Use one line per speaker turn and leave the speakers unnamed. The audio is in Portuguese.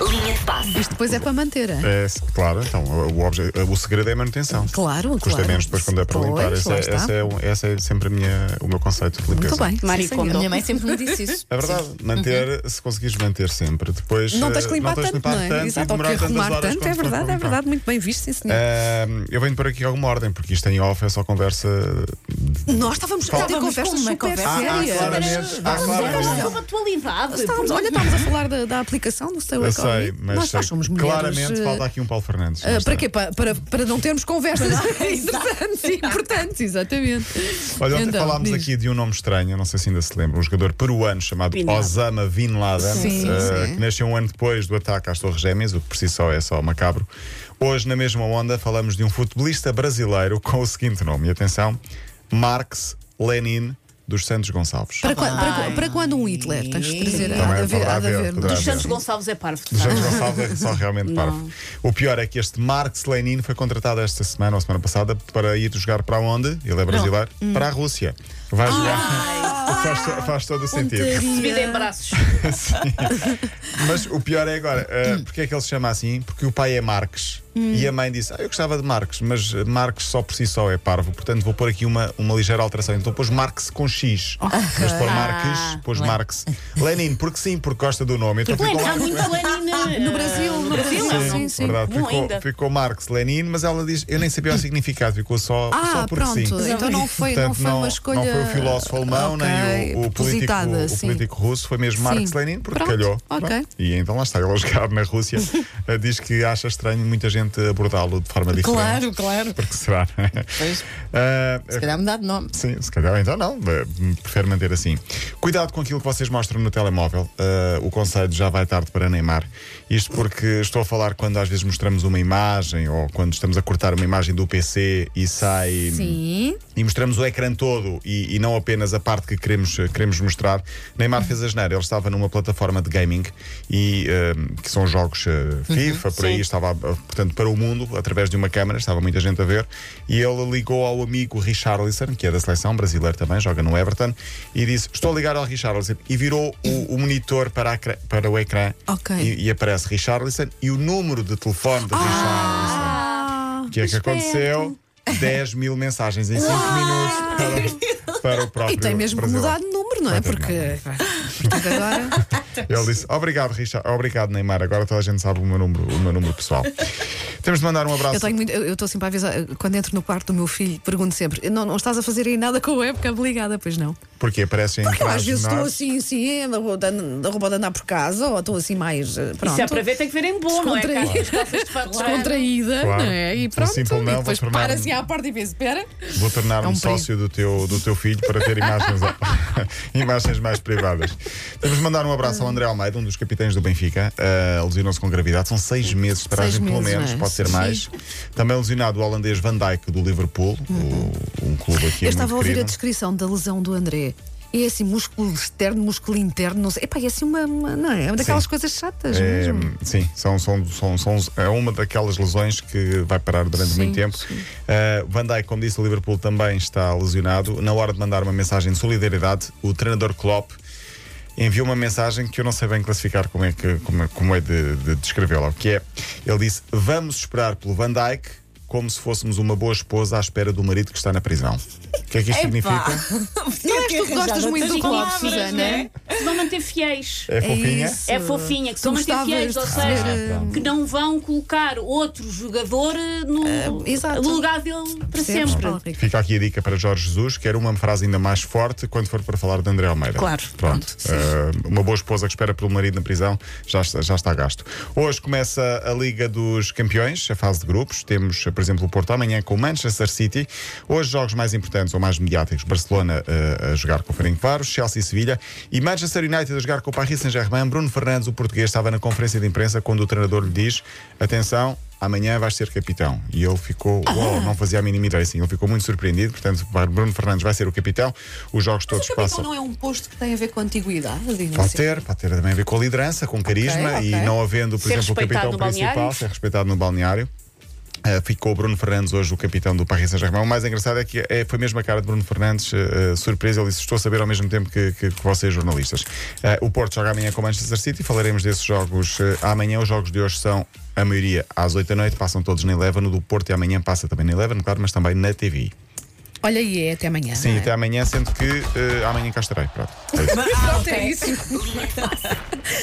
Linha de passe.
Isto depois é para manter, é?
É, se- claro, então, o, obje- o segredo é a manutenção.
Claro,
Custa
claro.
menos depois quando é para limpar.
Pois,
Esse
lá
é,
está.
esse é o- esse é sempre a minha, o meu conceito de limpeza.
Muito bem. sim,
Marie
senhor.
Kondo.
A minha
Minha
mãe
mãe
sempre me disse isso.
É verdade, manter, se conseguires manter sempre, depois
Não
eh,
tens que limpar
não tens
tanto,
de limpar
não é?
tanto e
Exato, ou que
demorar tantas
arrumar
horas
tanto.
quando
É
for
verdade, é
limpar. É.
verdade. Muito bem visto, sim, senhor.
Ahm, eu venho por aqui alguma ordem, porque isto em off é só conversa.
Nós estávamos a ter
Estávamos
conversas
com uma
super
conversa
Ah,
sérias.
claramente. Há
Mas
claramente.
sobre é atualidade.
Estávamos, olha, estávamos a falar da, da aplicação do Stay
Eu
Away
sei,
Covid.
mas
Nós, nós
sei-
somos mulheres.
claramente
eh,
falta aqui um Paulo Fernandes.
ah,
Não
para
está?
quê? Pa- Para, para não termos conversas interessantes e importantes, exatamente.
Olha, ontem
Então,
falámos
diz.
aqui de um nome estranho, não sei se ainda se lembra, um jogador peruano chamado
Bin Laden.
Osama Bin Laden,
Sim,
eh,
sim.
que nasceu um ano depois do ataque às Torres Gêmeas, o que por si só é só macabro. Hoje, na mesma onda, falamos de um futebolista brasileiro com o seguinte nome, e atenção: Marx Lenin dos Santos Gonçalves.
Para, quan- para quan- para quando um Hitler? Tens que trazer
Também
há de haver-
poderá
há de
haver,
haver, não é?
poderá
Os
haver.
Santos Gonçalves é parvo. de
Os
facto.
Santos Gonçalves é só realmente parvo. O pior é que este Marx Lenin foi contratado esta semana ou semana passada para ir jogar para onde? Ele é brasileiro?
Hum.
Para a Rússia. Vai
Ah!
jogar. Faz, to- faz
Um
todo o sentido.
Recebido
é.
em braços.
Mas o pior é agora, uh, porque é que ele se chama assim? Porque o pai é Marques e a mãe disse: Ah, eu gostava de Marques, mas uh, Marques só por si só é parvo, portanto vou pôr aqui uma, uma ligeira alteração. Então pôs Marques com X. Mas pôr Marques, pôs Marques. Lenin, porque sim, porque gosta do nome. Então ficou
Tipo, Lenin, há
Marques.
muito Lenin
No Brasil, É. no Brasil.
Brasil,
Sim, sim.
Verdade,
Bom
ficou,
ainda.
ficou Marx Lenin, mas ela diz: Eu nem sabia o significado, ficou só,
Ah,
só porque
pronto.
sim.
Então não foi, não
Portanto,
foi uma escolha.
Não foi o filósofo alemão,
ok,
nem o, o político,
propositada,
o
sim.
político russo, foi mesmo
Sim.
Marx Lenin, porque
Pronto,
calhou.
ok.
Pronto. E então lá está, ele a jogar na Rússia. eh, diz que acha estranho muita gente abordá-lo de forma diferente.
Claro, claro.
Porque será? não é? Ah,
Se calhar mudar de nome.
Sim, se calhar então não, eh, prefiro manter assim. Cuidado com aquilo que vocês mostram no telemóvel. Eh, o conselho já vai tarde para Neymar. Isto porque estou a falar quando às vezes mostramos uma imagem ou quando estamos a cortar uma imagem do PC e sai.
Sim.
E mostramos o ecrã todo e, e não apenas a parte que queremos, eh, queremos mostrar. Neymar fez a geneira, ele estava numa plataforma de gaming e eh, que são jogos eh, FIFA, por aí estava, eh, portanto, para o mundo, através de uma câmara, estava muita gente a ver. E ele ligou ao amigo Richarlison, que é da seleção brasileira também, joga no Everton, e disse: Estou a ligar ao Richarlison. E virou o, o monitor para, a cra- para o ecrã
Ok.
e, e aparece Richarlison e o número de telefone de Richarlison.
Ah.
O que é que aconteceu? 10 mil mensagens em 5 minutos para, para o próprio.
E tem mesmo que mudar
brasileiro.
de número, não é?
Vai ter
Porque. Portanto, agora.
Ele disse: Obrigado, Richard. Obrigado, Neymar. Agora toda a gente sabe o meu número, o meu número pessoal. Temos de mandar um abraço.
Eu tenho muito. Eu eu estou sempre a avisar. Quando entro no quarto do meu filho, pergunto sempre: não, não estás a fazer aí nada com a época ligada? Pois não.
Porque aparecem
Porque eu às vezes estou
nós.
assim, assim, a roupa de andar por casa, ou estou assim mais. eh, Pronto.
Isso é para ver, tem que ver em bom, não é?
Descontraí-
Carla? As calças de fato largo.
Descontraída,
Claro.
não é? E
Um
pronto,
simples não,
e
vou
depois
tornar um-
para-se à porta e pensa: espera.
Vou tornar-me
É um perigo.
sócio do teu, do teu filho para ter imagens, imagens mais privadas. Temos de mandar um abraço ao André Almeida, um dos capitães do Benfica. Uh, Lesionou-se com gravidade. São seis meses de paragem,
Seis
pelo
meses,
menos,
não é?
pode ser mais. Também lesionado o holandês Van Dijk do Liverpool, o- um clube
Uhum.
aqui
Eu
é
estava a
muito
ouvir a
querido.
descrição da lesão do André. E é assim, músculo externo, músculo interno, não sei. Epá, é assim uma. uma- não é? É uma daquelas
Sim.
coisas chatas
É,
mesmo.
sim, são, são, são, são, é uma daquelas lesões que vai parar durante muito tempo. Uh, Van Dijk, como disse, o Liverpool também está lesionado. Na hora de mandar uma mensagem de solidariedade, o treinador Klopp enviou uma mensagem que eu não sei bem classificar como é, que, como, é- como é de, de descrevê-la. O que é? Ele disse: Vamos esperar pelo Van Dijk como se fôssemos uma boa esposa à espera do marido que está na prisão. O que é que isto significa?
Não és tu que gostas muito do né? Klopp,
Palavras,
Susana?
não é? Se vão manter fiéis.
É fofinha?
isso.
É fofinha, que
Tu
são manter
gostavas
fiéis,
de
ou
receber,
seja,
eh,
que não vão colocar outro jogador eh, no
exato.
no lugar dele para
Percebes,
sempre.
Paulo Rico?
Fica aqui a dica para Jorge Jesus, quero uma frase ainda mais forte quando for para falar de André Almeida.
Claro,
Pronto. Eh, uma boa esposa que espera pelo marido na prisão já, está- já está gasto. Hoje começa a Liga dos Campeões, a fase de grupos. Temos, eh, por exemplo, o Porto amanhã com o Manchester City. Hoje, jogos mais importantes ou mais mediáticos: Barcelona eh, a jogar com o Ferencváros, Chelsea e Sevilha e Manchester United a jogar com o Paris Saint-Germain. Bruno Fernandes, o português, estava na conferência de imprensa quando o treinador lhe diz: atenção. Amanhã vais ser capitão. E ele ficou, uou, não fazia a mínima ideia. Assim, ele ficou muito surpreendido. Portanto, Bruno Fernandes vai ser o capitão. Os jogos todos passam.
é um posto que tem a ver com antiguidade, digamos
Pode ter, pode ter também a ver com a liderança, com carisma
é Ok, ok.
e não havendo, por
Ser
exemplo, o
respeitado
capitão
no
principal,
balneário.
ser respeitado no balneário. Uh, ficou o Bruno Fernandes hoje o capitão do Paris Saint-Germain. O mais engraçado é que é, foi mesmo a cara de Bruno Fernandes, uh, uh, surpresa. Ele disse: Estou a saber ao mesmo tempo que, que, que vocês, jornalistas. Uh, o Porto joga amanhã com o Manchester City. Falaremos desses jogos uh, amanhã. Os jogos de hoje são. A maioria às 8 da noite, passam todos na Eleven. O do Porto e amanhã passa também na Eleven, claro, mas também na TV.
Olha aí, é até amanhã.
Sim,
não é?
até ah, amanhã, sendo que eh, amanhã cá estarei. Pronto. É isso.
Pronto, é isso.